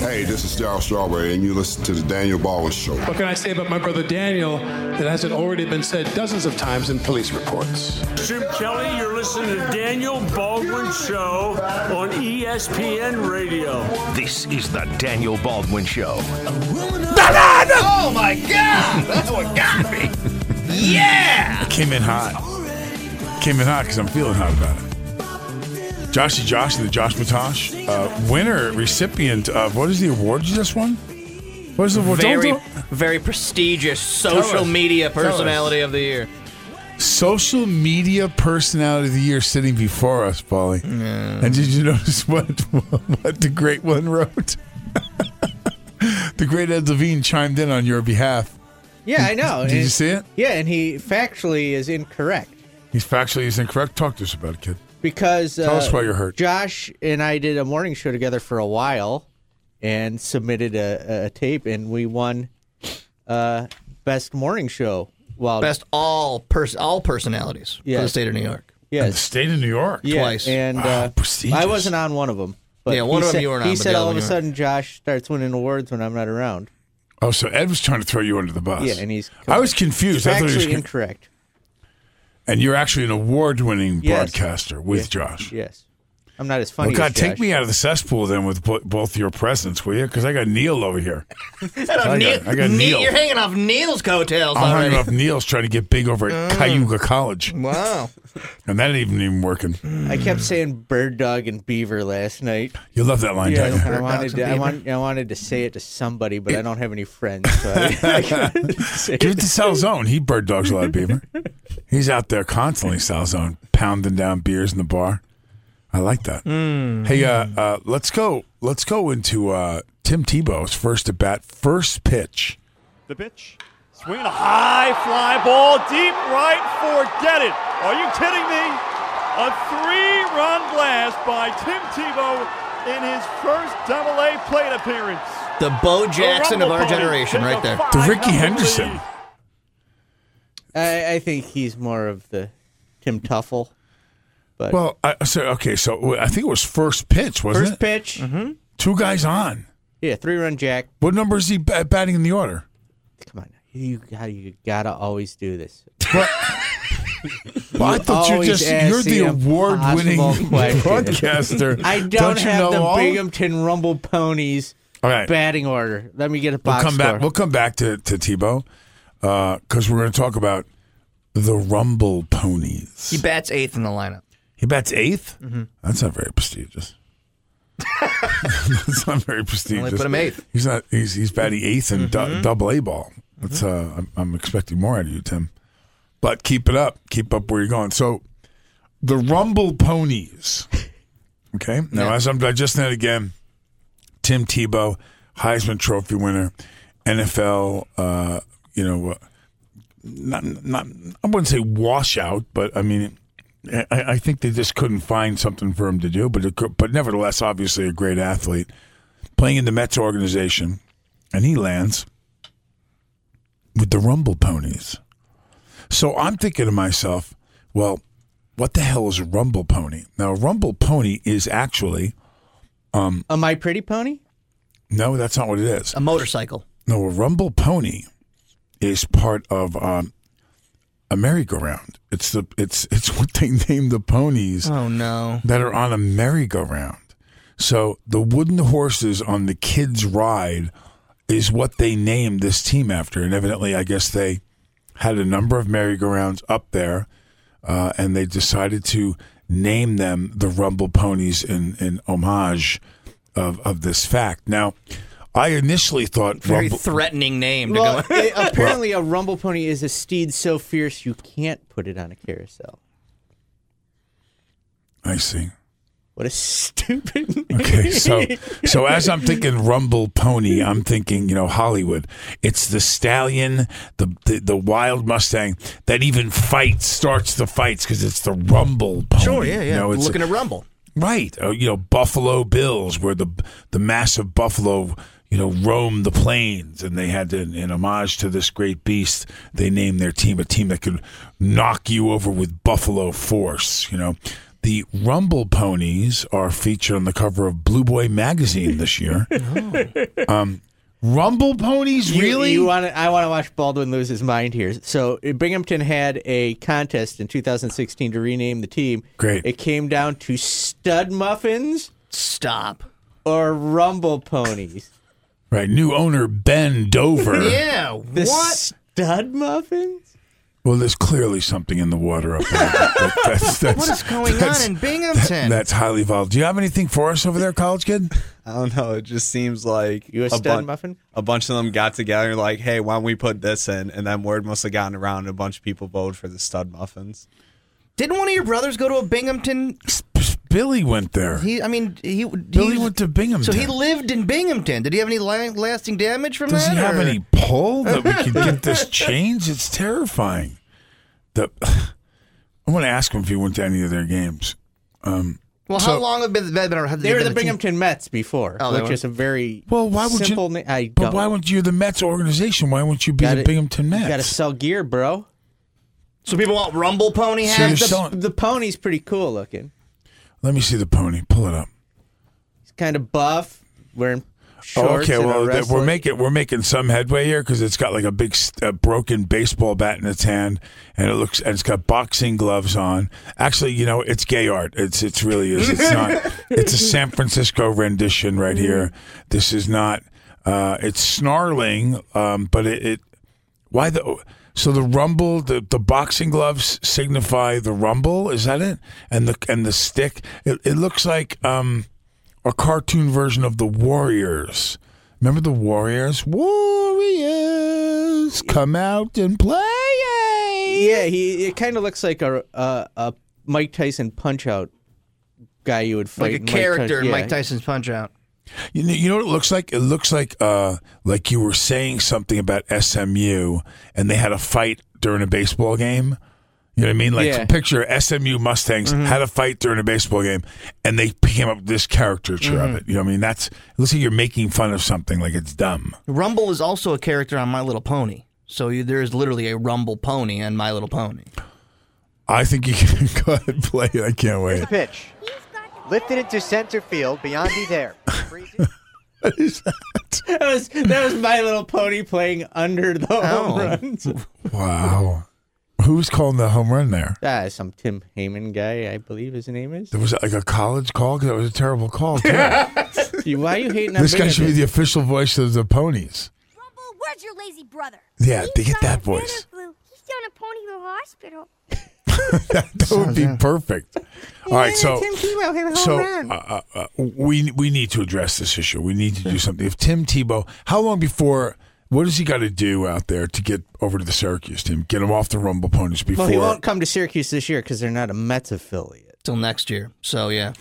Hey, this is Daryl Strawberry, and you listen to the Daniel Baldwin Show. What can I say about my brother Daniel that hasn't already been said dozens of times in police reports? Jim Kelly, you're listening to Daniel Baldwin Show on E ESPN Radio. This is the Daniel Baldwin Show. Oh my god! That's what got me. Yeah! Came in hot. Came in hot because I'm feeling hot about it. Joshy Josh and the Josh Matosh, uh, winner, recipient of what is the award you just won? What is the award? Don't- Very, don't- very prestigious Tell social us. media Tell us. personality of the year. Social media personality of the year sitting before us, Paulie. And did you notice what, what the great one wrote? the great Ed Levine chimed in on your behalf. Yeah, I know. Did you And- see it? Yeah, and he factually is incorrect He's factually is incorrect. Talk to us about it, kid. because Tell uh, us why you're hurt. Josh and I did a morning show together for a while, and submitted a, a tape, and we won uh, best morning show. Well, Best all pers- all personalities Yeah. for the state of New York. In the yes, state of New York. yeah, twice. and uh, prestigious. I wasn't on one of them. But Yeah, one he of 'em said- you were not, He but said the other all of one a you were. sudden Josh starts winning awards when I'm not around. Oh, so Ed was trying to throw you under the bus. Yeah, and he's I was confused. I thought he was Factually con- incorrect. and you're actually an award-winning Yes. broadcaster with Josh. Yes, I'm not as Well, funny. as God, take Josh. me out of the cesspool then with bo- both your presents, will you? Because I got Neil over here. I got- I got Neil. You're hanging off Neil's coattails I'm hanging already. off Neil's trying to get big over at Mm. Cayuga College, Wow. and that ain't even even working. I kept saying bird dog and beaver last night. You love that line, Yeah, don't you? I, wanted and to, I, beaver. want, I wanted to say it to somebody, but I don't have any friends. So I, I couldn't say Give it it. to Salzone. He bird dogs a lot of beaver. He's out there constantly, Salzone, pounding down beers in the bar. I like that. Hey, uh, uh, let's go. Let's go into uh, Tim Tebow's first at bat, first pitch. The bitch. Swinging a high fly ball deep right. Forget it. Are you kidding me? A three run blast by Tim Tebow in his first double A plate appearance. The Bo Jackson The of our Rumble generation, Ponies right there. take a The Ricky 5-0 Henderson. lead. I, I think he's more of the Tim Tuffle. Well, I, so okay, so I think it was first pitch, wasn't First it? Mm-hmm. pitch, Two guys on. yeah, three run jack. What number is he bat- batting in the order? Come on, you got you gotta always do this. Well, I thought you always just ask you're the the award-winning impossible question. broadcaster. I don't, you have know the all? Binghamton Rumble Ponies All right. batting order. Let me get a We'll box come back. score. We'll come back to to Tebow because we're going to talk about the Rumble Ponies. He bats eighth in the lineup. He bats 8th Mm-hmm. That's not very prestigious. That's not very prestigious. put him eighth. Mm-hmm. He's not. He's he's batting eighth in du- double A ball. That's uh, I'm, I'm expecting more out of you, Tim. But keep it up. Keep up where you're going. So, the Rumble Ponies. Okay. Now, as I'm digesting it again, Tim Tebow, Heisman Trophy winner, NFL. Uh, you know, uh, not not. I wouldn't say washout, but I mean. I, I think they just couldn't find something for him to do, but it, could- but nevertheless, obviously a great athlete playing in the Mets organization, and he lands with the Rumble Ponies. So I'm thinking to myself, well, what the hell is a Rumble Pony? Now, a Rumble Pony is actually A My Pretty Pony. no, that's not what it is. A motorcycle. No, a Rumble Pony is part of um, a merry-go-round. It's the it's it's what they name the ponies Oh no. that are on a merry-go-round. So the wooden horses on the kids' ride is what they named this team after, and evidently, I guess they had a number of merry-go-rounds up there, uh, and they decided to name them the Rumble Ponies in in homage of of this fact. Now, I initially thought Very Rumble. threatening name to Well, go. it- apparently a Rumble Pony is a steed so fierce you can't put it on a carousel. I see. What a stupid name. Okay, so so as I'm thinking Rumble Pony, I'm thinking you know Hollywood. It's the stallion, the the, the wild Mustang that even fights starts the fights because it's the Rumble Pony. You know, it's Looking to rumble. right. Uh, you know Buffalo Bills, where the the massive buffalo you know roamed the plains, and they had to, in homage to this great beast, they named their team a team that could knock you over with buffalo force. You know. The Rumble Ponies are featured on the cover of Blue Boy magazine this year. um, Rumble Ponies, You- really? You want? I want to watch Baldwin lose his mind here. So uh, Binghamton had a contest in 2016 to rename the team. Great. It came down to stud muffins Stop. or rumble ponies. right, new owner Ben Dover. Yeah. The what? stud muffins? Well, there's clearly something in the water up there. That- that's, that's, What is going on that's- in Binghamton? That's highly volatile. Do you have anything for us over there, college kid? I don't know. It just seems like You a stud bun- muffin? a bunch of them got together and like, hey, why don't we put this in? And then word must have gotten around and a bunch of people voted for the stud muffins. Didn't one of your brothers go to a Binghamton? Billy went there. He, I mean, he. Billy he- went to Binghamton. So he lived in Binghamton. Did he have any la- lasting damage from Does that? he have or- any pull that we can get this change? It's terrifying. The I want to ask him if he went to any of their games. Well, how long have been, been, been They were been a the team? Binghamton Mets before, Oh, they which were. is a very Well, why would simple you? na- I but don't- why would you? The Mets organization. Why wouldn't you be Gotta- the Binghamton You got to Mets? sell gear, bro. So people want Rumble Pony So you're hats. selling- The pony's pretty cool looking. let me see the pony. Pull it up. He's kind of buff, wearing shorts. Oh, okay, and a well th- we're wrestling- making we're making some headway here because it's got like a big st- uh, broken baseball bat in its hand, and it looks and it's got boxing gloves on. Actually, you know, it's gay art. It's it's really is. It's not. it's a San Francisco rendition right here. This is not. Uh, it's snarling, um, but it, it why the so the rumble the, the boxing gloves signify the rumble is that it and the and the stick it, it looks like um a cartoon version of the warriors remember the warriors warriors come out and play Yeah, he it kind of looks like a, a a Mike Tyson punch out guy you would fight. like a in Mike character in Tyson- Mike yeah. Tyson's Punch Out. you know, you know what it looks like it looks like uh like you were saying something about SMU and they had a fight during a baseball game You know what I mean? Like Yeah. picture SMU Mustangs had a fight during a baseball game, and they came up with this caricature of it. You know what I mean? That's it looks like you're making fun of something like it's dumb. Rumble is also a character on My Little Pony. So you, there is literally a Rumble Pony on My Little Pony. I think you can go ahead and play it. I can't wait. Pitch. Lifted into center field. Beyonce there. Freezes. What is that? That was that was My Little Pony playing under the Oh. home runs. Wow. Who's calling the home run there? Ah, some Tim Heyman guy, I believe his name is. There was like a college call because that was a terrible call. too. You- Why are you hating on this guy should be the Binghamton? official voice of the ponies. Rumble, where's your lazy brother? Yeah, they get that voice. He's down at Ponyville Hospital. That would be perfect. All right, so Tebow hit a home so run. uh, uh, uh, we we need to address this issue. We need to do something. If Tim Tebow, how long before? What does he got to do out there to get over to the Syracuse team? Get him off the Rumble ponies before. Well, he won't come to Syracuse this year because they're not a Mets affiliate. Till next year. So yeah.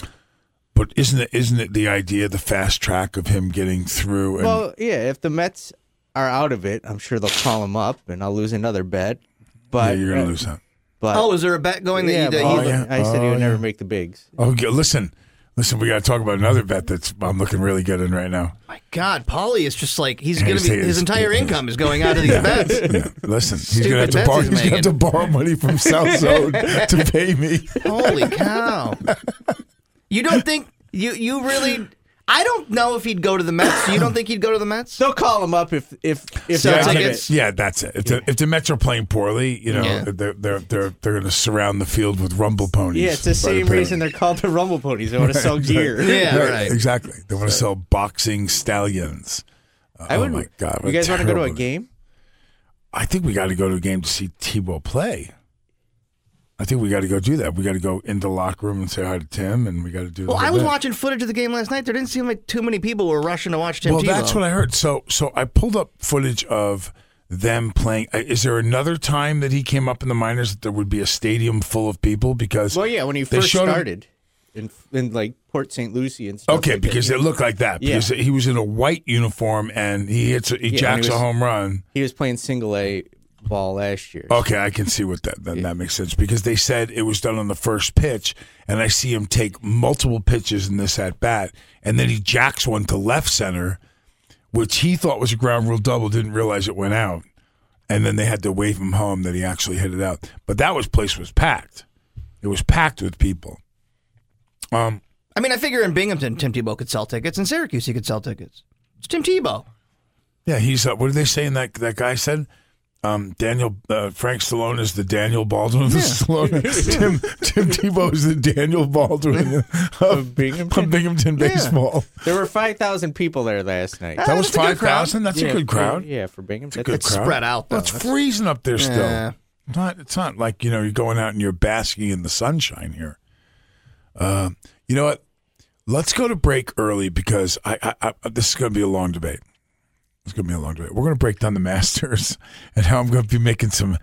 but isn't it isn't it the idea the fast track of him getting through? And Well, yeah, if the Mets are out of it, I'm sure they'll call him up, and I'll lose another bet. yeah, But uh, you're gonna lose that. But Oh, is there a bet going that yeah, you that but you- oh, yeah. I said he would Oh, never yeah. make the bigs. Okay, Oh, listen, listen. We got to talk about another bet that's I'm looking really good in right now. My God, Paulie is just like he's Yeah, gonna he's be taking his his- entire income is going out of these bets. Yeah, listen, he's Stupid gonna have to bets borrow. he's He's gonna have to making. borrow money from South Zone to pay me. Holy cow! You don't think you you really? I don't know if he'd go to the Mets. You don't think he'd go to the Mets? They'll call him up if if if So they're it's out like of it's- it. Yeah, that's it. If, the, if the Mets are playing poorly, you know Yeah. they're they're they're, they're going to surround the field with rumble ponies. Yeah, it's the same reason they're called the Rumble Ponies. They want to sell gear. Yeah, right. Exactly. They want to sell boxing stallions. I would, oh my god! what You guys want to go to a terrible- game? I think we got to go to a game to see Tebow play. I think we got to go do that. We got to go into the locker room and say hi to Tim, and we got to do. the Well, whole I was bit. watching footage of the game last night. There didn't seem like too many people were rushing to watch Tim well, Tebow. that's what I heard. So, so I pulled up footage of them playing. Uh, Is there another time that he came up in the minors that there would be a stadium full of people? Because Well, yeah, when you They first showed him- started in, in like Port St. Lucie and stuff. Okay, like because that. it looked like that. Yeah. Because he was in a white uniform and he hits, a, he and jacks he a was- home run. he was playing single A ball last year. Okay, I can see what that then that makes sense because they said it was done on the first pitch, and I see him take multiple pitches in this at bat, and then he jacks one to left center, which he thought was a ground rule double, didn't realize it went out, and then they had to wave him home that he actually hit it out. But that was place was packed. It was packed with people. Um, I mean, I figure in Binghamton, Tim Tebow could sell tickets. In Syracuse, he could sell tickets. It's Tim Tebow. Yeah, he's. Uh, what did they say in that that guy said? Um, Daniel uh, Frank Stallone is the Daniel Baldwin of Stallone. Tim Tim Tebow is the Daniel Baldwin of, of Binghamton, baseball. There were 5,000 people there last night. That was five thousand. That's Yeah, a good for- crowd. Yeah, for Binghamton. Good That's- crowd. Well, it's freezing up there still. Yeah. Not it's not like you know you're going out and you're basking in the sunshine here. Uh, you know what? Let's go to break early because I, I, I this is going to be a long debate. It's going to be a long debate. We're going to break down the Masters and how I'm going to be making some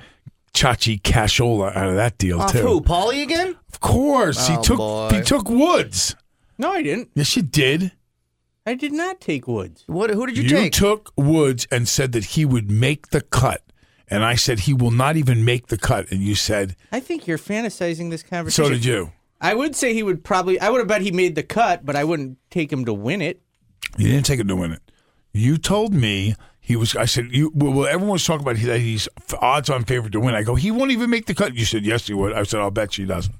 chachi cashola out of that deal Off too. who? Paulie again? Of course, Oh, he took boy. he took Woods. No, I didn't. Yes, you did. I did not take Woods. What? Who did you, you take? took Woods and said that he would make the cut. And I said he will not even make the cut. And you said, I think you're fantasizing this conversation. so did you. I would say he would probably. I would have bet he made the cut, but I wouldn't take him to win it. You didn't take him to win it. You told me he was. I said, you, well, well, everyone was talking about he- that he's f- odds on favorite to win. I go, he won't even make the cut. You said, yes, he would. I said, I'll bet you he doesn't.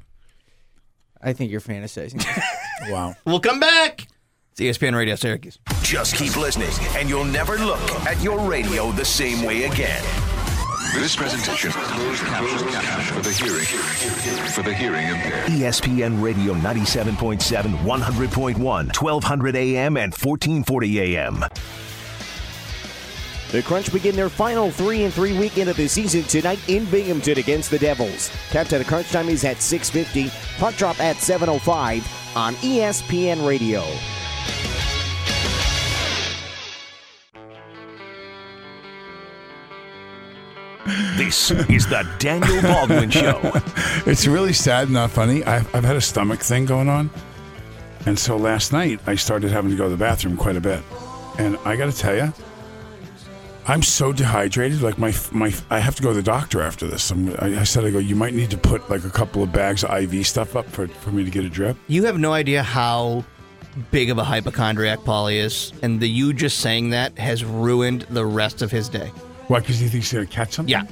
I think you're fantasizing. Wow. We'll come back. It's E ESPN Radio Syracuse. Just keep listening, and you'll never look at your radio the same way again. This presentation includes captions for the hearing for the hearing impaired. E ESPN Radio 97.7, 100.1, 1200 AM, and 1440 AM. The Crunch begin their final 3 and 3 weekend of the season tonight in Binghamton against the Devils. Countdown to crunch time is at 6:50, puck drop at 7:05 on ESPN Radio. This is the Daniel Baldwin Show. it's really sad, not funny. I've, I've had a stomach thing going on. And so last night, I started having to go to the bathroom quite a bit. And I got to tell you, I'm so dehydrated. Like, my, my, I have to go to the doctor after this. I'm, I, I said, I go, you might need to put like a couple of bags of IV stuff up for, for me to get a drip. You have no idea how big of a hypochondriac Paulie is, and the you just saying that has ruined the rest of his day. Why? Because he thinks he's going to catch something? Yeah.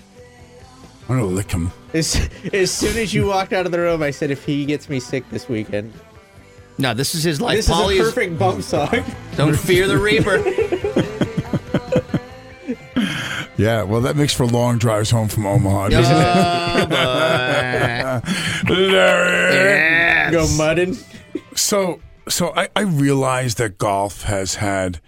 I'm going to lick him. as, as soon as you walked out of the room, I said, if he gets me sick this weekend, No, this is his life. this Paulie is a perfect bump song. Don't fear the Reaper. Yeah, well, that makes for long drives home from Omaha. doesn't it? Larry. Go mudding. So, so I, I realize that golf has had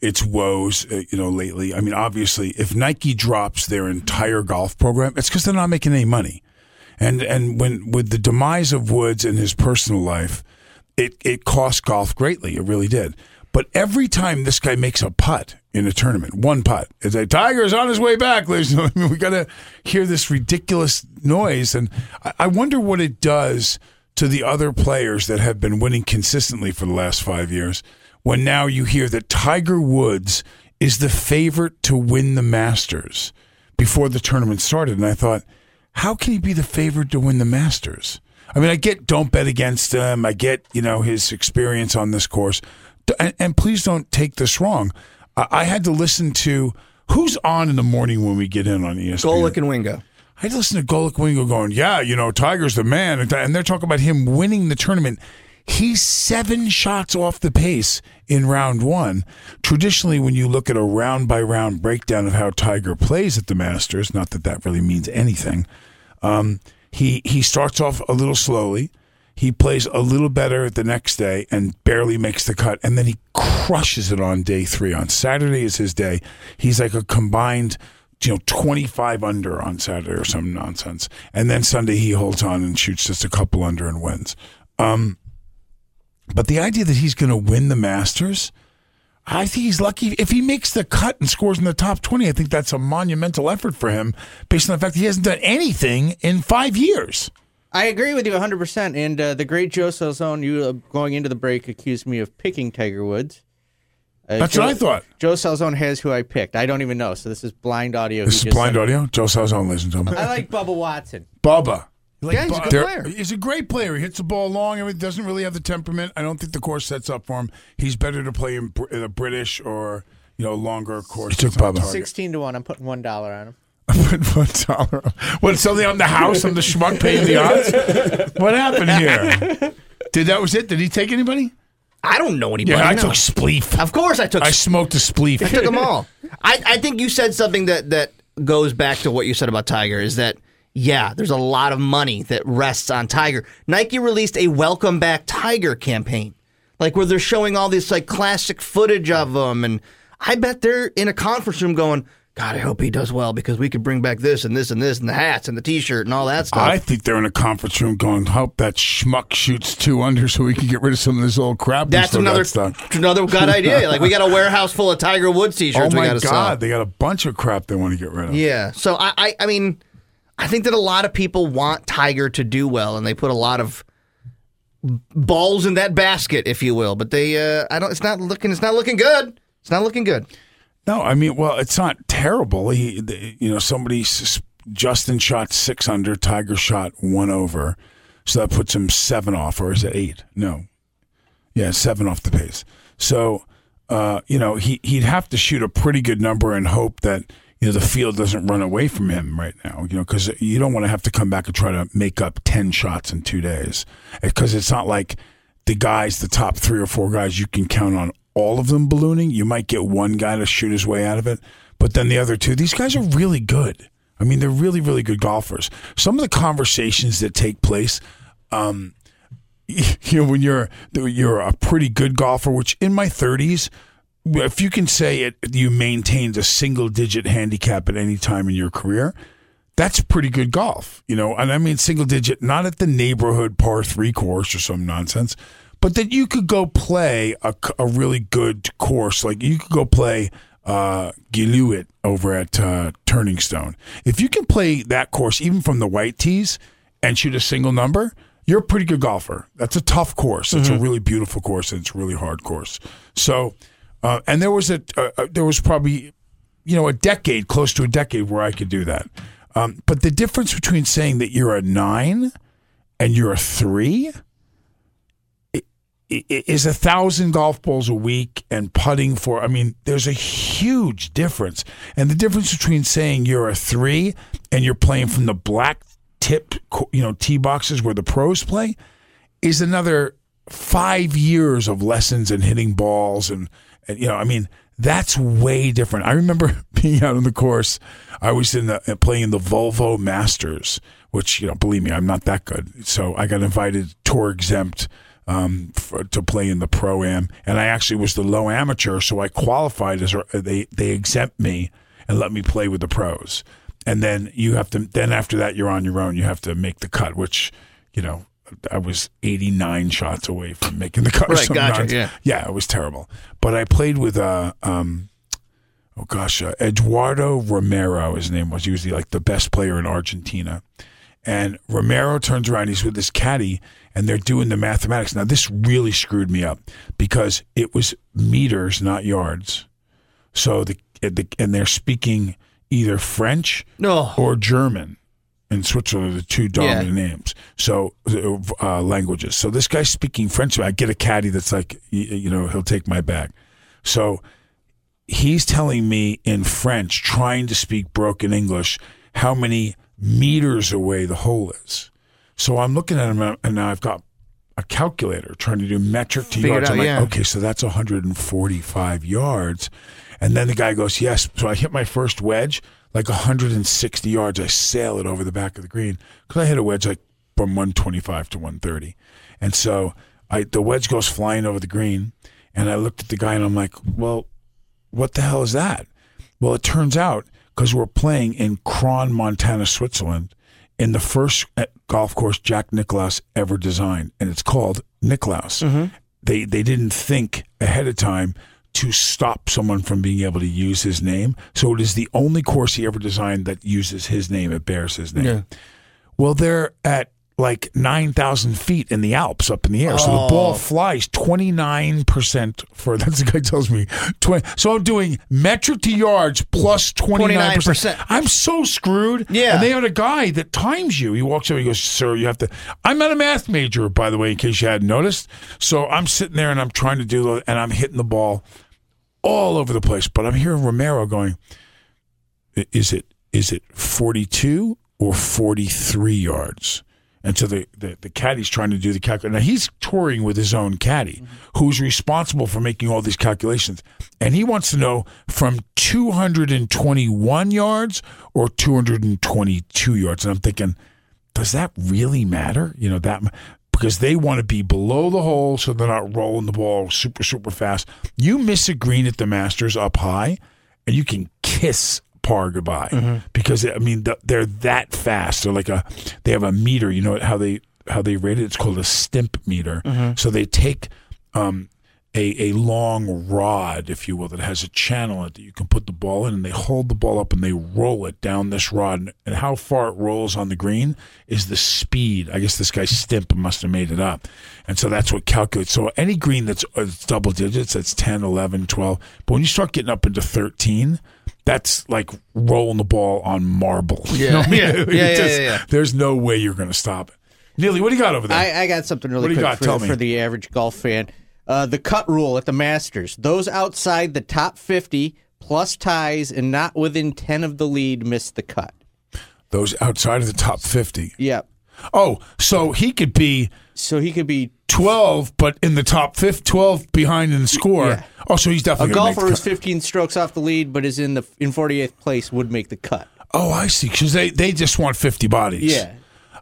its woes, uh, you know, lately. I mean, obviously, if Nike drops their entire golf program, it's because they're not making any money. And and when with the demise of Woods in his personal life, it it cost golf greatly. It really did. But every time this guy makes a putt in a tournament, one putt, it's a Tiger's on his way back, ladies and gentlemen. We got to hear this ridiculous noise. And I, I wonder what it does to the other players that have been winning consistently for the last five years when now you hear that Tiger Woods is the favorite to win the Masters before the tournament started. And I thought, how can he be the favorite to win the Masters? I mean, I get don't bet against him. I get, you know, his experience on this course. D- And, and please don't take this wrong. I, I had to listen to who's on in the morning when we get in on E ESPN. Golick and Wingo. I had to listen to Golik Wingo going, yeah, you know, Tiger's the man. And th- And they're talking about him winning the tournament. He's seven shots off the pace in round one. Traditionally, when you look at a round by round breakdown of how Tiger plays at the Masters, not that that really means anything, um, he, he starts off a little slowly. He plays a little better the next day and barely makes the cut. And then he crushes it on day three. On Saturday is his day. He's like a combined, you know, 25 under on Saturday or some nonsense. And then Sunday he holds on and shoots just a couple under and wins. Um, but the idea that he's going to win the Masters, I think he's lucky. If he makes the cut and scores in the top 20, I think that's a monumental effort for him based on the fact that he hasn't done anything in five years. I agree with you 100%. And uh, the great Joe Salzone, you uh, going into the break, accused me of picking Tiger Woods. Uh, That's what I thought. Joe Salzone has who I picked. I don't even know. So this is blind audio. This He is just blind sent- audio. Joe Salzone, ladies and gentlemen. I like Bubba Watson. Bubba. Yeah, he's a good They're- player. He's a great player. He hits the ball long. He doesn't really have the temperament. I don't think the course sets up for him. He's better to play in, Br- in a British or you know longer course. took that's on target. 16 to 1. I'm putting $1 on him. One dollar. What? Something on the house? I'm the schmuck paying the odds. What happened here? Did that was it? Did he take anybody? I don't know anybody. Yeah, I no. took spleef. Of course, I took. I smoked a spleef. I took them all. I, I think you said something that that goes back to what you said about Tiger is that yeah, there's a lot of money that rests on Tiger. Nike released a welcome back Tiger campaign, like where they're showing all this like classic footage of him, and I bet they're in a conference room going. God, I hope he does well because we could bring back this and this and this and the hats and the T-shirt and all that stuff. I think they're in a conference room going, "Hope that schmuck shoots two under, so we can get rid of some of this old crap." we That's still got another stuck." another good idea. Like we got a warehouse full of Tiger Woods Oh T-shirts. we my gotta god, sell. they got a bunch of crap they want to get rid of. Yeah. So I, I, I mean, I think that a lot of people want Tiger to do well, and they put a lot of b- balls in that basket, if you will. But they, uh, I don't. It's not looking. It's not looking good. It's not looking good. No, I mean, well, it's not terrible. He, the, you know, somebody s- Justin shot six under, Tiger shot one over, so that puts him seven off, or is it eight? No, yeah, seven off the pace. So, uh, you know, he he'd have to shoot a pretty good number and hope that you know the field doesn't run away from him right now. You know, because you don't want to have to come back and try to make up ten shots in two days, because it's not like the guys, the top three or four guys, you can count on all of them ballooning. You might get one guy to shoot his way out of it, but then the other two, these guys are really good. I mean, they're really, really good golfers. Some of the conversations that take place, um, you know when you're you're a pretty good golfer which in my 30s if you can say it you maintained a single digit handicap at any time in your career that's pretty good golf you know and i mean single digit not at the neighborhood par 3 course or some nonsense but that you could go play a, c- a really good course like you could go play uh, Giluit over at uh, Turning Stone. If you can play that course even from the white tees and shoot a single number, you're a pretty good golfer. That's a tough course. It's a really beautiful course and it's a really hard course. So, uh, and there was a uh, uh, there was probably you know a decade, close to a decade, where I could do that. Um, but the difference between saying that you're a nine and you're a three i- i- is a thousand golf balls a week and putting for i mean there's a huge difference and the difference between saying you're a three and you're playing from the black tip co- you know tee boxes where the pros play is another five years of lessons and hitting balls and, and you know i mean that's way different i remember being out on the course i was in the playing in the volvo masters which you know believe me i'm not that good so i got invited tour exempt um, for, to play in the pro am, and I actually was the low amateur, so I qualified as they they exempt me and let me play with the pros. And then you have to then after that you're on your own. You have to make the cut, which you know I was 89 shots away from making the cut. or Right, some gotcha, nonsense. yeah. yeah, it was terrible. But I played with uh, um, oh gosh, uh, Eduardo Romero, his name was. He was the, like the best player in Argentina. And Romero turns around, he's with his caddy, and they're doing the mathematics. Now, this really screwed me up because it was meters, not yards. So the, the and they're speaking either French or German. In Switzerland, are the two dominant names, so uh, languages. So this guy's speaking French. I get a caddy that's like, you, you know, he'll take my bag. So he's telling me in French, trying to speak broken English, how many meters away the hole is. So I'm looking at him, and now I've got a calculator trying to do metric to Figure it yards. out, I'm like, yeah. okay, so that's 145 yards. And then the guy goes, yes. So I hit my first wedge, like 160 yards. I sail it over the back of the green because I hit a wedge like from 125 to 130. And so I the wedge goes flying over the green. And I looked at the guy and I'm like, well, what the hell is that? Well, it turns out because we're playing in Kron, Montana, Switzerland, in the first uh, golf course Jack Nicklaus ever designed, and it's called Nicklaus. They they didn't think ahead of time to stop someone from being able to use his name, so it is the only course he ever designed that uses his name. It bears his name. Well, they're at like 9,000 feet in the Alps up in the air. So the ball flies 29% for, that's the guy tells me. 20, so I'm doing metric to yards plus 29%. 29%. I'm so screwed. Yeah. And they had a guy that times you. He walks over, he goes, Sir, you have to. I'm not a math major, by the way, in case you hadn't noticed. So I'm sitting there and I'm trying to do, and I'm hitting the ball all over the place. But I'm hearing Romero going, is it is it 42 or 43 yards And so the, the, the caddy's trying to do the calculation. Now he's touring with his own caddy, who's responsible for making all these calculations. And he wants to know from 221 yards or 222 yards. And I'm thinking, does that really matter? You know, that m- because they want to be below the hole so they're not rolling the ball super, super fast. You miss a green at the Masters up high, and you can kiss par goodbye because I mean th- they're that fast. They're like a they have a meter. You know how they how they rate it. It's called a stimp meter. Mhm. So they take um, a a long rod, if you will, that has a channel in it that you can put the ball in, and they hold the ball up and they roll it down this rod, and, and how far it rolls on the green is the speed. I guess this guy Stimp must have made it up, and so that's what calculates. So any green that's uh, it's double digits, that's 10, 11, 12. but when you start getting up into thirteen. That's like rolling the ball on marble. You Yeah. know what I mean? Yeah. It Yeah, yeah, yeah, yeah. There's no way you're going to stop it. Neely, what do you got over there? I, I got something really What do you quick got? For, Tell me. for the average golf fan. Uh, the cut rule at the Masters. Those outside the top 50 plus ties and not within 10 of the lead miss the cut. Those outside of the top 50. Yep. Oh, so he could be. So he could be 12, but in the top 5, 12 behind in the score. Oh, so he's A definitely gonna make golfer the who's cut. 15 strokes off the lead but is in the in 48th place would make the cut. Oh, I see. Because they, they just want 50 bodies. Yeah.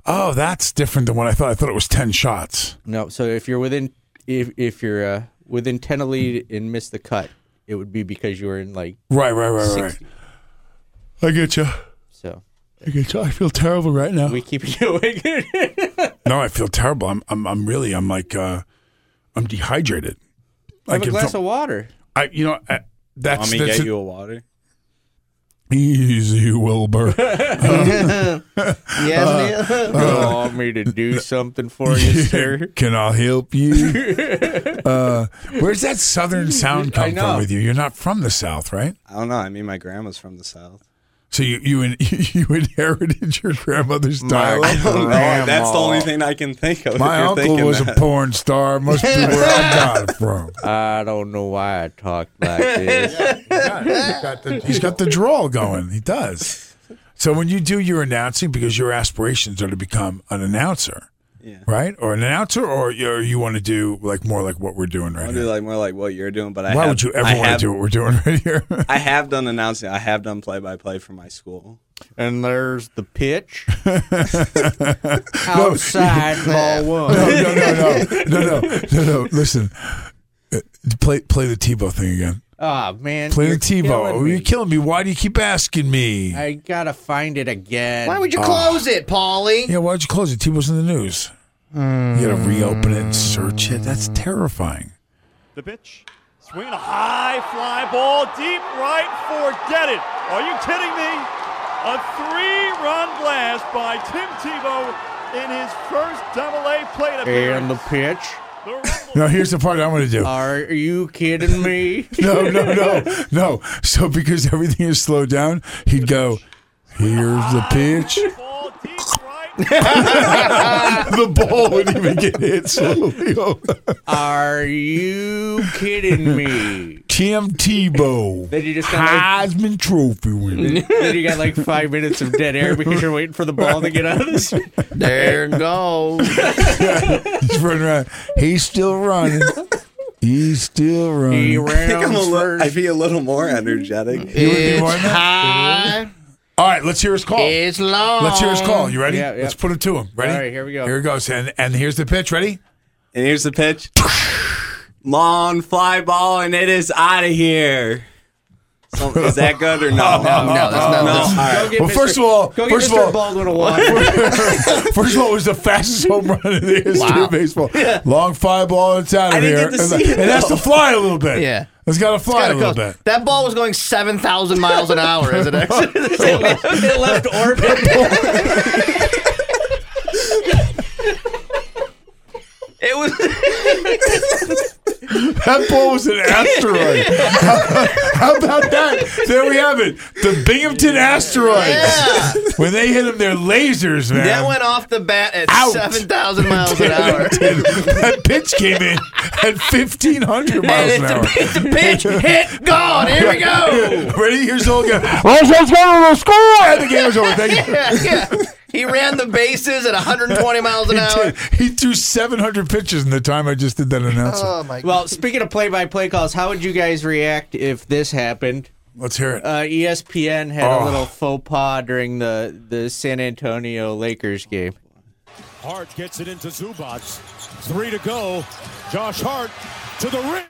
Oh, that's different than what I thought. I thought it was 10 shots. No, so if you're within if if you're uh, within 10 of lead and miss the cut, it would be because you were in like Right, right, right, right. 60. I get you. So I get you. I feel terrible right now. we keep you awake. no, I feel terrible. I'm, I'm, I'm really, I'm like, uh, I'm dehydrated. Have a glass feel- of water. I, you know, I, that's Want me to that's get a- you a water? Easy, Wilbur. yes, Uh, Neil? you want me to do something for you, sir? Can I help you? uh, where's that southern sound I come know. from with you? You're not from the South, right? I don't know. I mean, my grandma's from the south. So you you, in, you inherited your grandmother's dialect. I don't know. That's the only thing I can think of. if Oh, My you're uncle thinking was that. a porn star. Must be where I got it from. I don't know why I talk like this. He's got the drawl going. He does. So when you do your announcing, because your aspirations are to become an announcer, right? Or an announcer, or you, or you want to do like more like what we're doing right I want now. to do like more like what you're doing, but I Why have- would you ever I want have- to do what we're doing right here? I have done announcing. I have done play by play for my school. And there's the pitch outside ball one. No, Oh, no, no, no, no, no, no. Listen, Uh, play play the Tebow thing again. Oh man, Play the you're Tebow. killing Oh, me. You're killing me. Why do you keep asking me? I gotta find it again. Why would you Oh. close it, Paulie? Yeah, why'd you close it? Tebow's in the news. You gotta reopen it and search it. That's terrifying. The pitch. Swinging a high fly ball deep right. Forget it. Are you kidding me? A three run blast by Tim Tebow in his first double A plate appearance. And the pitch. Now here's the part I want to do. Are you kidding me? No, no, no, no. So because everything is slowed down, he'd go, "Here's the pitch." the ball wouldn't even get hit slowly. Are you kidding me? Tim Tebow, Then you just got Heisman Trophy winner. like, then you got like five minutes of dead air because you're waiting for the ball to get out of this. There goes. He's running around. He's still running. He's still running. He I think I'm a little, I'd be a little more energetic. You would be more than that? All right, let's hear his call. It's long. Let's hear his call. You ready? Yeah, yeah. Let's put him to him. Ready? All right, here we go. Here it goes. And and here's the pitch. Ready? And here's the pitch. Long fly ball, and it is out of here. So, is that good or no? No, Oh, no, that's not- that's- All right. Well, first of all, go get first Mr. of all, Baldwin a water. first of all, it was the fastest home run in the history Wow. of baseball. Long fly ball. It's out I of didn't here. get to and see it, it has though. to fly a little bit. Yeah. it's got to fly a Gotta little close. bit. That ball was going 7,000 miles an hour as it exited. it left orbit. It was. That ball was an asteroid. how, how about that? There we have it. The Binghamton asteroids. Yeah. When they hit them, they're lasers, man. That went off the bat at Out. 7,000 miles an hour. that pitch came in at 1,500 miles an hour. It's a pitch, hit, gone. Here we go. Ready? Here's the whole game. Let's go to the score! And the game was over. Thank you. Yeah, yeah. He ran the bases at 120 miles an He hour. did- He threw 700 pitches in the time I just did that announcement. Oh, Well, speaking of play-by-play calls, how would you guys react if this happened? Let's hear it. Uh, ESPN had Oh. a little faux pas during the the San Antonio Lakers game. Hart gets it into Zubats. Three to go. Josh Hart to the rim.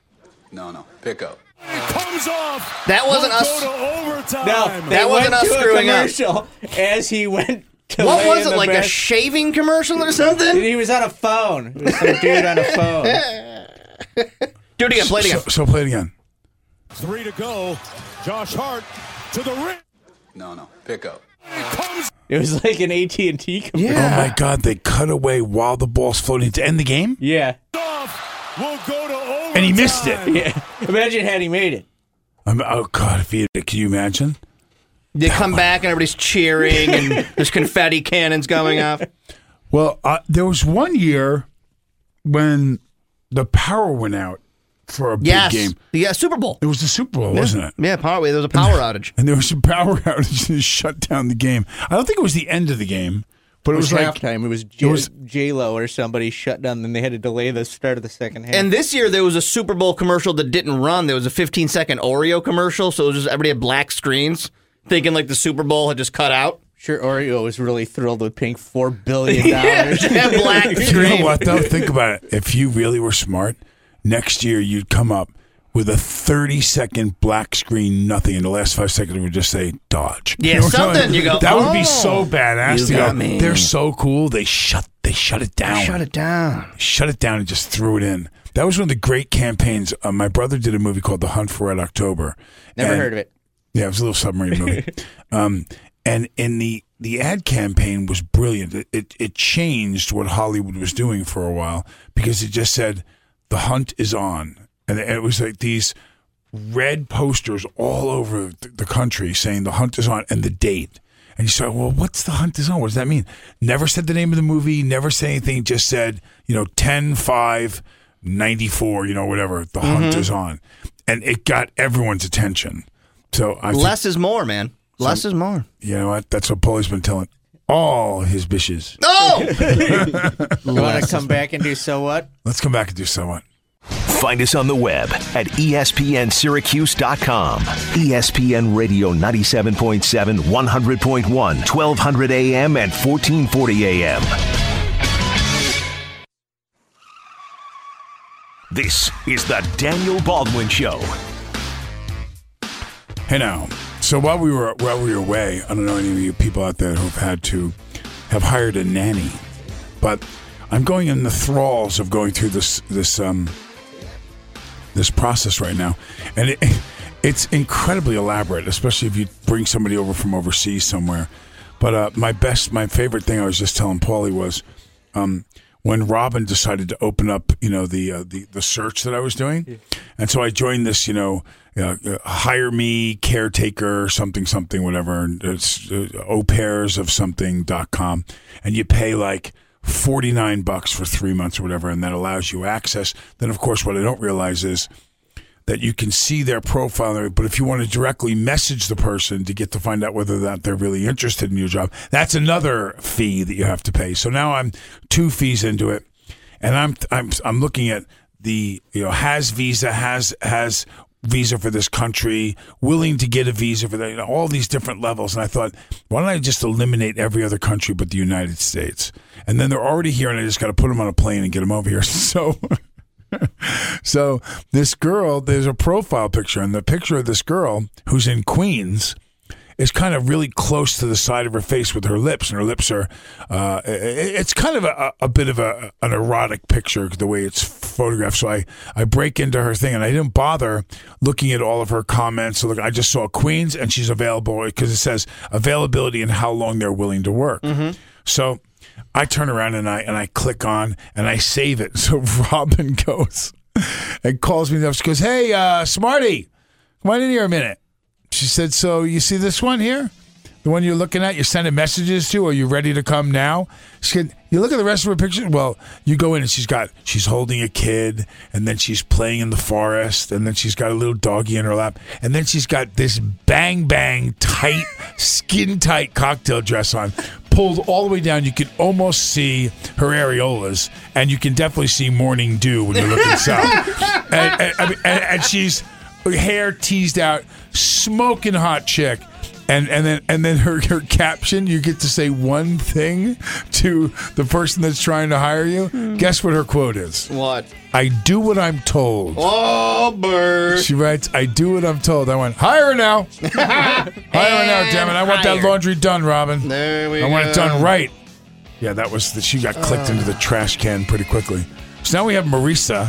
No, no. Pick up. It comes off. That wasn't We'll us- Go to overtime. No, that they wasn't went us to a screwing up. commercial As he went to What lay was in it, the like a bed- shaving commercial or something? He was on a phone. It was some dude on a phone. Do it again. Play it So, again. so play it again. Three to go. Josh Hart to the rim. No, no. Pick up. It was like an AT and T commercial. Oh my God! They cut away while the ball's floating to end the game, Yeah, We'll go to overtime. and he missed it. yeah. Imagine had he made it. I'm, oh God! If he, can you imagine? They come back and everybody's cheering and there's confetti cannons going off. Well, uh, there was one year when the power went out for a Yes. big game. Yeah, Super Bowl. It was the Super Bowl, wasn't it? Yeah, power. There was a power outage. And there was a power outage and it shut down the game. I don't think it was the end of the game, but it was, like halftime. It was it was- J Lo or somebody shut down. Then they had to delay the start of the second half. And this year there was a Super Bowl commercial that didn't run. There was a 15 second Oreo commercial, so it was just everybody had black screens, thinking like the Super Bowl had just cut out. Sure, Oreo was really thrilled with paying four billion dollars. that black You know screen. what though? Think about it. If you really were smart, next year you'd come up with a 30 second black screen, nothing. In the last five seconds, it would just say dodge. Yeah, what I'm something. saying? You go, That would "Oh, be so badass. you to got go, me." They're so cool. They shut. They shut it down. Shut it down. shut it down and just threw it in. That was one of the great campaigns. Uh, my brother did a movie called The Hunt for Red October. Never And- heard of it. Yeah, it was a little submarine movie. um, and and the the ad campaign was brilliant. It, it it changed what Hollywood was doing for a while because it just said the hunt is on, and it, it was like these red posters all over th- the country saying the hunt is on and the date. And you said, well, what's the hunt is on? What does that mean? Never said the name of the movie, never said anything, just said, you know, 10, 5, 94, you know, whatever. The hunt is on. And it got everyone's attention. So I think- Less is more, man. Less is more. you know what? That's what Paulie's been telling all his bitches. No. You want to come back and do so what? Let's come back and do someone. Find us on the web at E espnsyracuse.com. ESPN Radio 97.7, 100.1, 1200 AM and 1440 AM. This is the Daniel Baldwin Show. Hey now. So while we were while we were away, I don't know any of you people out there who've had to have hired a nanny, but I'm going in the thralls of going through this this um this process right now, and it, it's incredibly elaborate, especially if you bring somebody over from overseas somewhere. But uh, my best, my favorite thing I was just telling Paulie was um, when Robin decided to open up, you know, the uh, the the search that I was doing, and so I joined this, you know, uh, uh, hire me caretaker something something whatever, and it's uh, au pairs of something dot com, and you pay like. 49 bucks for three months or whatever, and that allows you access. Then, of course, what I don't realize is that you can see their profile, but if you want to directly message the person to get to find out whether or not they're really interested in your job, that's another fee that you have to pay. So now I'm two fees into it, and I'm I'm I'm looking at the you know has visa has has visa for this country, willing to get a visa for that, you know, all these different levels. And I thought, why don't I just eliminate every other country but the United States? And then they're already here, and I just got to put them on a plane and get them over here. So. So this girl, there's a profile picture, and the picture of this girl who's in Queens is kind of really close to the side of her face with her lips, and her lips are. Uh, i- i- it's kind of a, a bit of a, an erotic picture the way it's photographed. So I I break into her thing, and I didn't bother looking at all of her comments. So look, I just saw Queens, and she's available because it says availability and how long they're willing to work. So. I turn around and I and I click on and I save it. So Robin goes and calls me up. She goes, "Hey, uh, Smarty, come on in here a minute." She said, "So you see this one here, the one you're looking at? You're sending messages to. Are you ready to come now?" She said, "You look at the rest of her picture. Well, you go in and she's got she's holding a kid, and then she's playing in the forest, and then she's got a little doggy in her lap, and then she's got this bang bang tight skin tight cocktail dress on." pulled all the way down. You can almost see her areolas, and you can definitely see morning dew when you're looking south. And, and, I mean, and, and she's her hair teased out, smoking hot chick. And, and then and then her, her caption you get to say one thing to the person that's trying to hire you. Guess what her quote is? What? I do what I'm told. Oh, bird. She writes, I do what I'm told. I went, hire her now. hire her now, damn it. I want that laundry done, Robin. There we I want it go. done right. Yeah, that was that she got clicked into the trash can pretty quickly. So now we have Marisa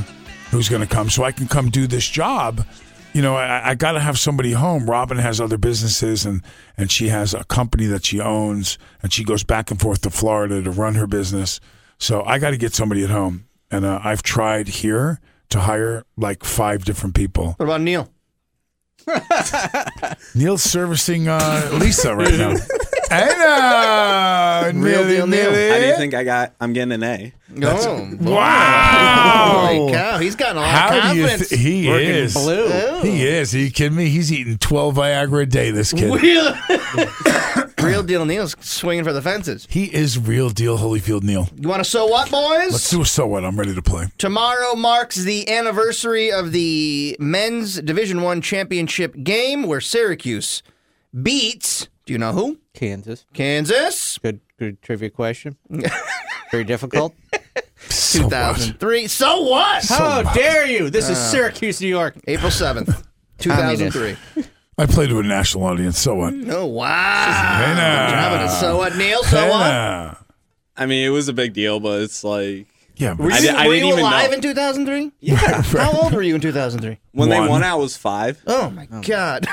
who's going to come so I can come do this job. You know, I, I got to have somebody home. Robin has other businesses and, and she has a company that she owns and she goes back and forth to Florida to run her business. So I got to get somebody at home. And uh, I've tried here to hire like five different people. What about Neil? Neil's servicing uh, Lisa right now. Hey, no, Real deal, Neil. How do you think I got? I'm getting an A. That's- wow! Oh, Holy cow, he's gotten a lot Ah, How of do you? confidence. Th- he Working is. blue. He is. Are you kidding me? He's eating twelve Viagra a day. This kid. Real, real deal Neil's swinging for the fences. He is real deal Holyfield Neil. You want to so what, boys? Let's do a so what. I'm ready to play. Tomorrow marks the anniversary of the men's Division One championship game where Syracuse beats. Do you know who? Kansas. Kansas. Good, good trivia question. Very difficult. 2003. So what? How dare you? This is Uh, Syracuse, New York. April 7th, 2003. I play to a national audience. So what? Oh, wow. Hey, now. Good job at it. So what, Neil? So what? Ah, I mean, it was a big deal, but it's like yeah. Were I, you, di- I were didn't you even alive know in 2003? Yeah. How old were you in 2003? when they One. won. I was five. Oh, my God.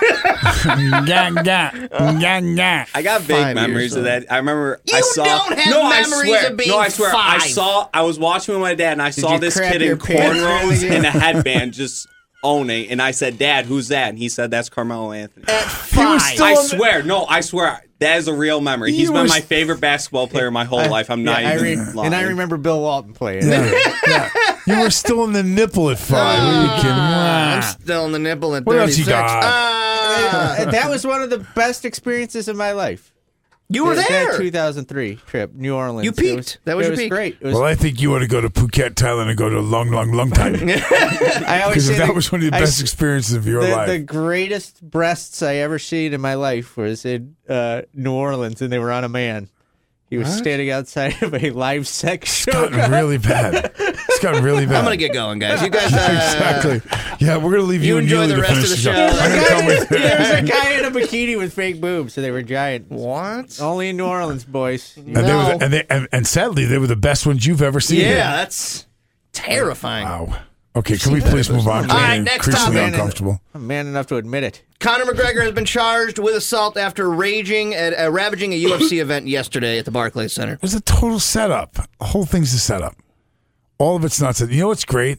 I got vague Five years memories of old. that. I remember You I saw. don't have no, I memories swear. of being no, I swear. I five. saw. I was watching with my dad, and I saw you this crap kid your in pants cornrows during the and a game? headband just owning. And I said, "Dad, who's that?" And he said, "That's Carmelo Anthony." Five. I swear. No, I swear. That is a real memory. He's been was- my favorite basketball player my whole life. I'm not I even re- lying. and I remember Bill Walton playing. Yeah. yeah. You were still in the nipple at five. What are you kidding? Uh, Ah. Ah. I'm Wow. still in the nipple at What else 36. you got? Ah. Uh, that was one of the best experiences of my life. You were That- there. That 2003 trip, New Orleans. You It peaked. was- That was it your was peak. great. It was Well, I think you ought to go to Phuket, Thailand, and go to a long, long, long time. I Oh, always Because say that the- was one of the I best s- experiences of your the, life. the greatest breasts I ever seen in my life was in uh, New Orleans, and they were on a man. He was What? standing outside of a live sex show. gotten really bad. It's gotten really bad. I'm going to get going, guys. You guys. Uh, exactly. Yeah, we're gonna leave you, you and enjoy Yuli the to rest finish of this the up. show. I'm gonna come with there was a guy in a bikini with fake boobs, so they were giant. What? Only in New Orleans, boys. And, they were No. the, and, they, and, and sadly, they were the best ones you've ever seen. Yeah, that's terrifying. Wow. Okay, can we please move on? All right, I'm next increasingly topic. uncomfortable. I'm man enough to admit it. Conor McGregor has been charged with assault after raging at uh, ravaging a UFC event yesterday at the Barclays Center. It was a total setup. The whole thing's a setup. All of it's not set. You know what's great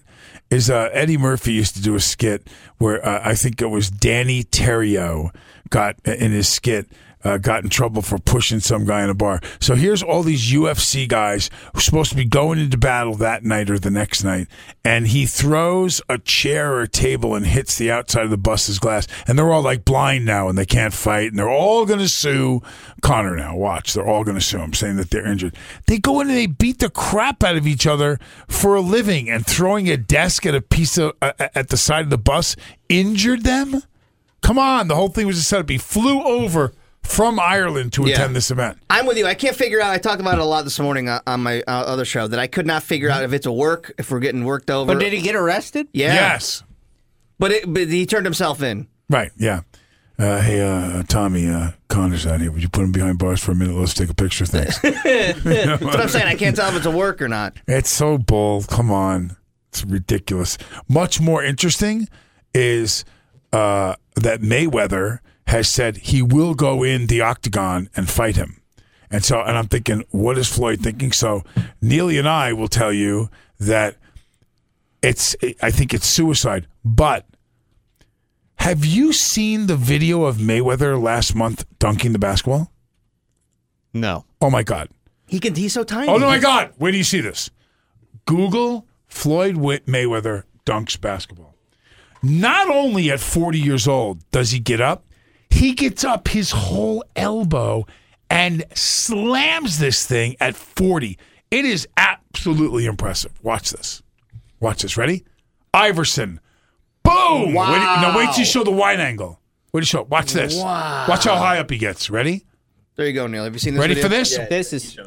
is uh, Eddie Murphy used to do a skit where uh, I think it was Danny Terrio got in his skit. Uh, got in trouble for pushing some guy in a bar. So here's all these UFC guys who're supposed to be going into battle that night or the next night, and he throws a chair or a table and hits the outside of the bus's glass, and they're all like blind now and they can't fight, and they're all going to sue Connor now. Watch, they're all going to sue him, saying that they're injured. They go in and they beat the crap out of each other for a living, and throwing a desk at a piece of uh, at the side of the bus injured them. Come on, the whole thing was a setup. He flew over from Ireland to Yeah. attend this event. I'm with you. I can't figure out. I talked about it a lot this morning uh, on my uh, other show that I could not figure Mm-hmm. out if it's a work, if we're getting worked over. But did he get arrested? Yeah. Yes, But, it, but he turned himself in. right, yeah. Uh, hey, uh, Tommy, uh, Connor's out here. Would you put him behind bars for a minute? Let's take a picture. Thanks. That's what I'm saying. I can't tell if it's a work or not. It's so bold. Come on. It's ridiculous. Much more interesting is uh, that Mayweather has said he will go in the octagon and fight him. And so, and I'm thinking, what is Floyd thinking? So, Neely and I will tell you that it's, I think it's suicide. But have you seen the video of Mayweather last month dunking the basketball? No. Oh my God. He can. He's so tiny. Oh no, my God! Where do you see this? Google Floyd Whit Mayweather dunks basketball. Not only at 40 years old does he get up, he gets up his whole elbow and slams this thing at 40. It is absolutely impressive. Watch this. Watch this. Ready? Iverson. Boom! Wait, now wait till you show the wide angle. Wait till you show. it. Watch this. Wow. Watch how high up he gets. Ready? There you go, Neil. Have you seen this? Ready video? for this? Yeah, this is.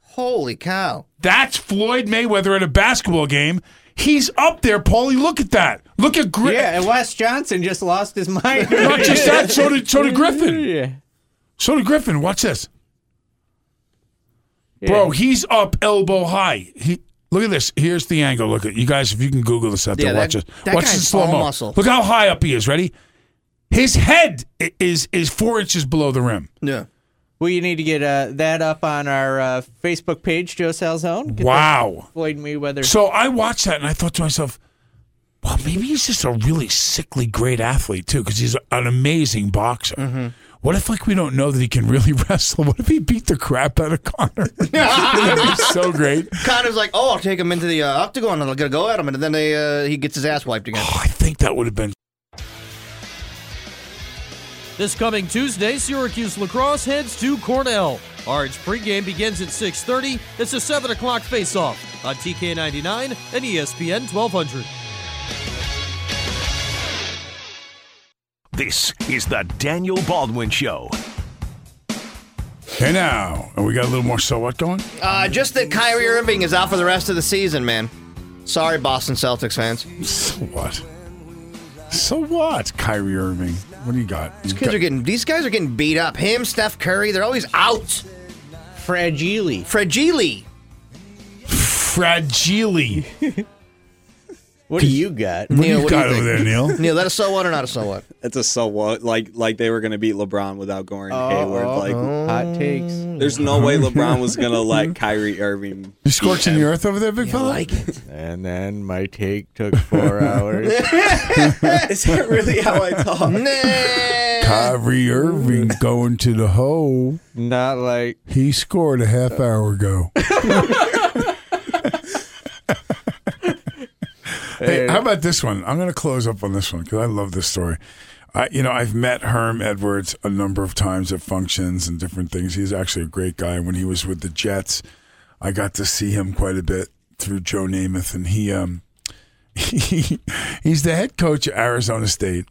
Holy cow! That's Floyd Mayweather at a basketball game. He's up there, Paulie. Look at that. Look at Griffin. Yeah, and Wes Johnson just lost his mind. Not just that. So did so did Griffin. So did Griffin. Watch this, bro. He's up elbow high. He look at this. Here's the angle. Look at you guys. If you can Google this out Yeah, there, that- watch this. that watch guy's this slow all mo. muscle. Look how high up he is. Ready? His head i- is is four inches below the rim. Yeah. Well, you need to get uh, that up on our uh, Facebook page, Joe Salzone. Get the Wow. Floyd Mayweather. So I watched that and I thought to myself, well, maybe he's just a really sickly great athlete too, because he's an amazing boxer. What if like we don't know that he can really wrestle? What if he beat the crap out of Connor? That'd be so great. Connor's like, oh, I'll take him into the uh, octagon and I'll get a go at him, and then they, uh, he gets his ass wiped again. I think that would have been This coming Tuesday, Syracuse lacrosse heads to Cornell. Orange pregame begins at 6.30. It's a 7 o'clock face-off on TK99 and E ESPN 1200. This is the Daniel Baldwin Show. Hey now, and we got a little more so what going? Uh, just that Kyrie Irving is out for the rest of the season, man. Sorry, Boston Celtics fans. So what? So what, Kyrie Irving? What do you got? These kids are getting these guys are getting beat up. Him, Steph Curry, they're always out. Fragile. Fragile. Fragile. what do you got? Neil, what do you think? Neil, that a so what or not a so what? That's a so what. Like like they were gonna beat LeBron without Gordon Hayward. Like hot takes. There's no way LeBron was gonna like Kyrie Irving. You scorching the earth over there, big fella? like it. And then my take took four hours. Is that really how I talk? Kyrie Irving going to the hole. Not like he scored a half hour ago. hey, how about this one? I'm going to close up on this one because I love this story. I, you know, I've met Herm Edwards a number of times at functions and different things. He's actually a great guy. When he was with the Jets, I got to see him quite a bit through Joe Namath, and he um, he, he's the head coach at Arizona State.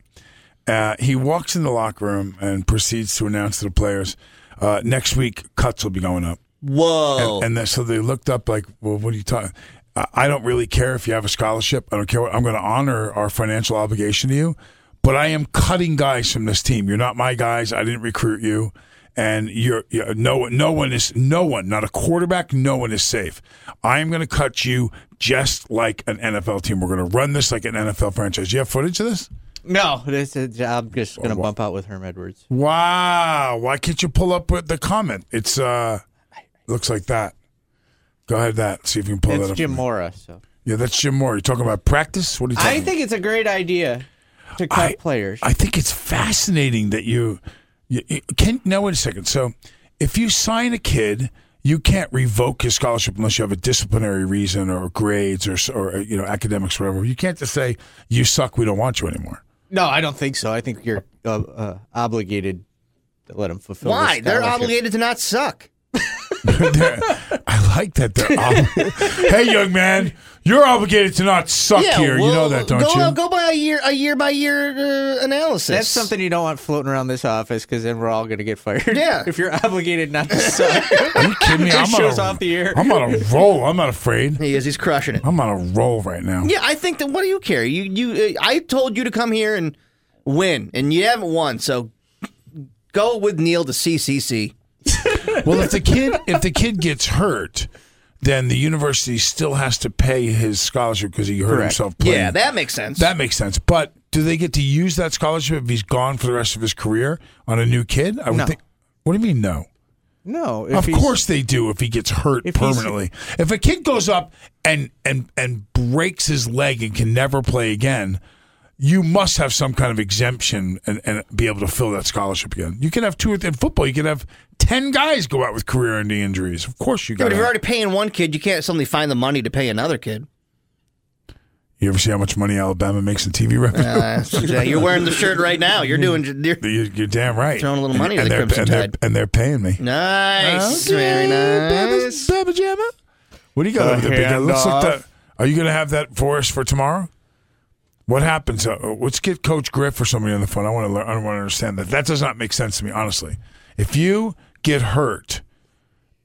Uh, he walks in the locker room and proceeds to announce to the players, uh, next week cuts will be going up. Whoa! And, and then, so they looked up like, well, what are you talking? I I don't really care if you have a scholarship. I don't care. What, I'm going to honor our financial obligation to you, but I am cutting guys from this team. You're not my guys. I didn't recruit you, and you're, you're no no one is no one, not a quarterback. No one is safe. I am going to cut you just like an NFL team. We're going to run this like an NFL franchise. Do you have footage of this? No, this is, I'm just gonna bump out with Herm Edwards. Wow. Why can't you pull up with the comment? It's uh looks like that. Go ahead that. See if you can pull It's that up. Jim Mora, so Yeah, that's Jim Moore. You're talking about practice? What are you talking I think it's a great idea to cut players. I think it's fascinating that you, you, you can now wait a second. So, if you sign a kid, you can't revoke his scholarship unless you have a disciplinary reason or grades or s- or uh, you know academics or whatever. You can't just say you suck, we don't want you anymore. No, I don't think so. I think you're uh, uh, obligated to let them fulfill. the Why? They're scholarship. obligated to not suck. I like that they're. ob- hey, young man, you're obligated to not suck Yeah, here. you know well, that, don't go, uh, you? Go by a year, a year by year uh, analysis. That's something you don't want floating around this office because then we're all going to get fired. Yeah. if you're obligated not to suck. Are you kidding me? Just I'm on shows a- off the air. I'm on a roll. I'm not afraid. He is. He's crushing it. I'm on a roll right now. Yeah, I think that. What do you care? You, you. Uh, I told you to come here and win, and you haven't won. So go with Neil to CCC. well, if the kid if the kid gets hurt, then the university still has to pay his scholarship because he hurt Correct. himself playing. Yeah, that makes sense. That makes sense. But do they get to use that scholarship if he's gone for the rest of his career on a new kid? I would No. think. What do you mean no? No, if Of he's- course they do if he gets hurt If he's- permanently. If a kid goes up and and and breaks his leg and can never play again, you must have some kind of exemption and, and be able to fill that scholarship again. You can have two or th- in football, you can have ten guys go out with career ending injuries. Of course you Yeah, but got if you're to already paying one kid, you can't suddenly find the money to pay another kid. You ever see how much money Alabama makes in TV revenue? yeah, you're wearing the shirt right now. You're doing. You're, you're damn right. Throwing a little money and to the they're, Crimson and, they're, Tide. and they're paying me. Nice, Okay, very nice. Baba, Jamma. What do you got The over there, big guy? Looks like handoff. that. Are you going to have that for us for tomorrow? What happens? Uh, let's get Coach Griff or somebody on the phone. I want to learn. I want to understand that. That does not make sense to me, honestly. If you get hurt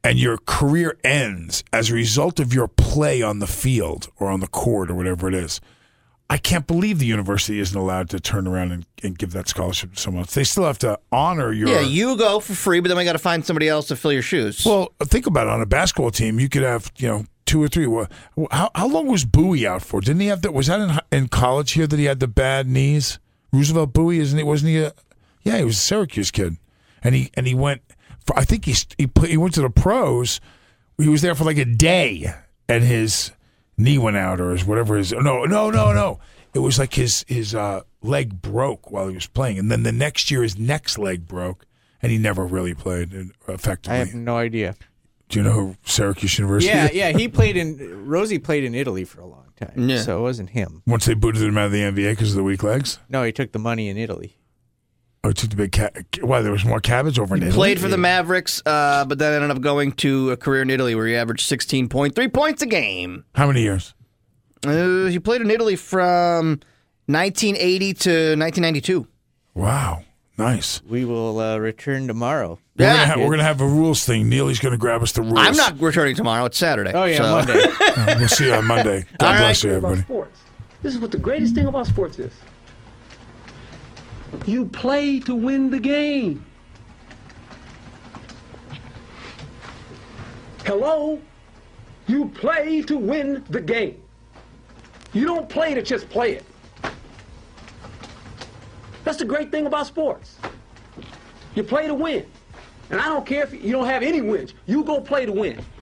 and your career ends as a result of your play on the field or on the court or whatever it is, I can't believe the university isn't allowed to turn around and, and give that scholarship to someone else. They still have to honor your. yeah, you go for free, but then we got to find somebody else to fill your shoes. Well, think about it. On a basketball team, you could have you know two or three. Well, how how long was Bowie out for? Didn't he have that? Was that in hi- in college here that he had the bad knees? Roosevelt Bowie, isn't it? Wasn't he? A, yeah, he was a Syracuse kid, and he and he went. For, I think he st- he put, he went to the pros. He was there for like a day, and his knee went out or his whatever his no no no no. It was like his his uh, leg broke while he was playing, and then the next year his next leg broke, and he never really played uh, effectively. I have no idea. Do you know who Syracuse University? Yeah, is? yeah. He played in Rosie played in Italy for a long time. Yeah. So it wasn't him. Once they booted him out of the NBA because of the weak legs. No, he took the money in Italy. Oh, it took the big cat. Why there was more cabbage over in Italy? Played for the Mavericks, uh, but then ended up going to a career in Italy where he averaged 16.3 points a game. How many years? Uh, he played in Italy from 1980 to 1992. Wow, nice. We will uh, return tomorrow. We're gonna ha- we're gonna have a rules thing. Neely's gonna grab us the rules. I'm not returning tomorrow. It's Saturday. Oh, yeah, Monday. Uh, we'll see you on Monday. God All right. bless you, everybody. sports. This is what the greatest thing about sports is. You play to win the game. Hello? You play to win the game. You don't play to just play it. That's the great thing about sports. You play to win. And I don't care if you don't have any wins. You go play to win.